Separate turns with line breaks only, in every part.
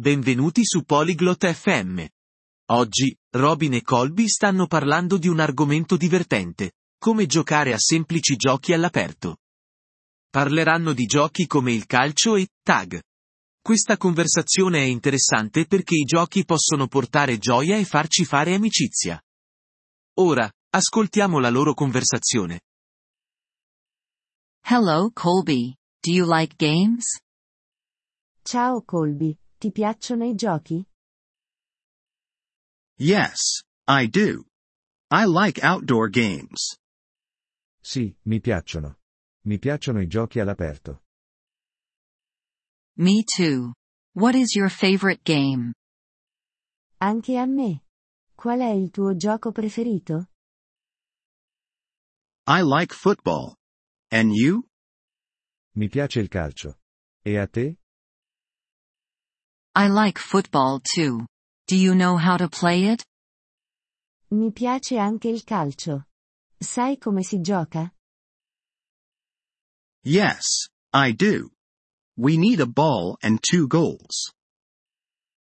Benvenuti su Polyglot FM. Oggi, Robin e Colby stanno parlando di un argomento divertente, come giocare a semplici giochi all'aperto. Parleranno di giochi come il calcio e tag. Questa conversazione è interessante perché i giochi possono portare gioia e farci fare amicizia. Ora, ascoltiamo la loro conversazione.
Hello, Colby. Do you like games?
Ciao Colby, ti piacciono i giochi?
Yes, I do. I like outdoor games.
Sì, mi piacciono. Mi piacciono i giochi all'aperto.
Me too. What is your favorite game?
Anche a me. Qual è il tuo gioco preferito?
I like football. And you?
Mi piace il calcio. E a te?
I like football too. Do you know how to play it?
Mi piace anche il calcio. Sai come si gioca?
Yes, I do. We need a ball and two goals.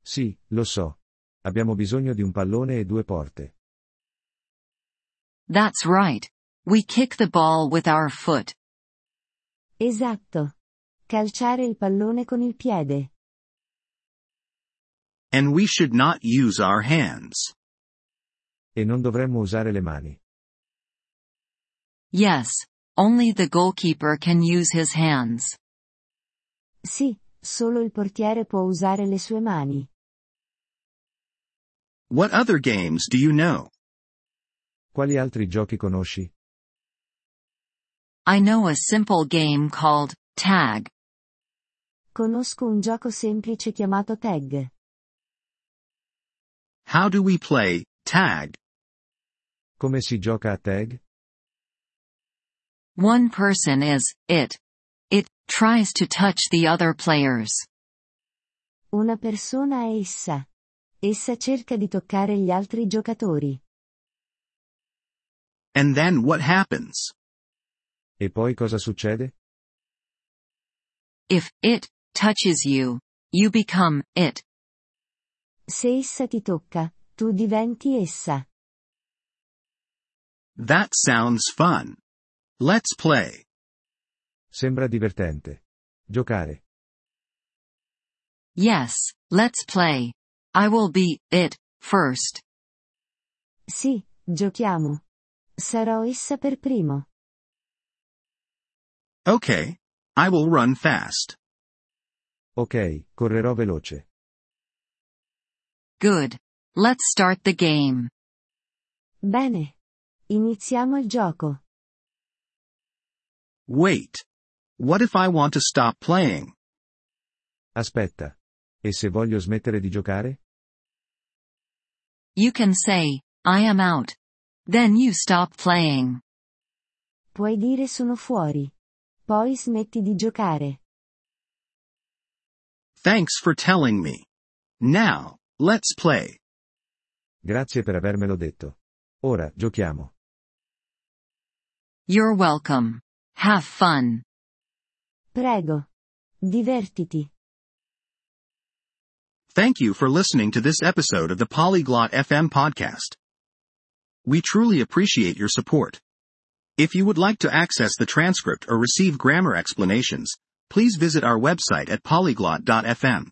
Sì, lo so. Abbiamo bisogno di un pallone e due porte.
That's right. We kick the ball with our foot.
Esatto. Calciare il pallone con il piede.
And we should not use our hands.
E non dovremmo usare le mani.
Yes. Only the goalkeeper can use his hands.
Sì, solo il portiere può usare le sue mani.
What other games do you know?
Quali altri giochi conosci?
I know a simple game called tag.
Conosco un gioco semplice chiamato tag.
How do we play tag?
Come si gioca a tag?
One person is it. It tries to touch the other players.
Una persona è essa. Essa cerca di toccare gli altri giocatori.
And then what happens?
E poi cosa succede?
If it touches you, you become it.
Se essa ti tocca, tu diventi essa.
That sounds fun. Let's play.
Sembra divertente. Giocare.
Yes, let's play. I will be it first.
Sì, giochiamo. Sarò essa per primo.
Okay. I will run fast.
Ok, correrò veloce.
Good. Let's start the game.
Bene. Iniziamo il gioco.
Wait. What if I want to stop playing?
Aspetta. E se voglio smettere di giocare?
You can say, I am out. Then you stop playing.
Puoi dire sono fuori. Poi smetti di giocare.
Thanks for telling me. Now, let's play.
Grazie per avermelo detto. Ora, giochiamo.
You're welcome. Have fun.
Prego. Divertiti.
Thank you for listening to this episode of the Polyglot FM podcast. We truly appreciate your support. If you would like to access the transcript or receive grammar explanations, please visit our website at polyglot.fm.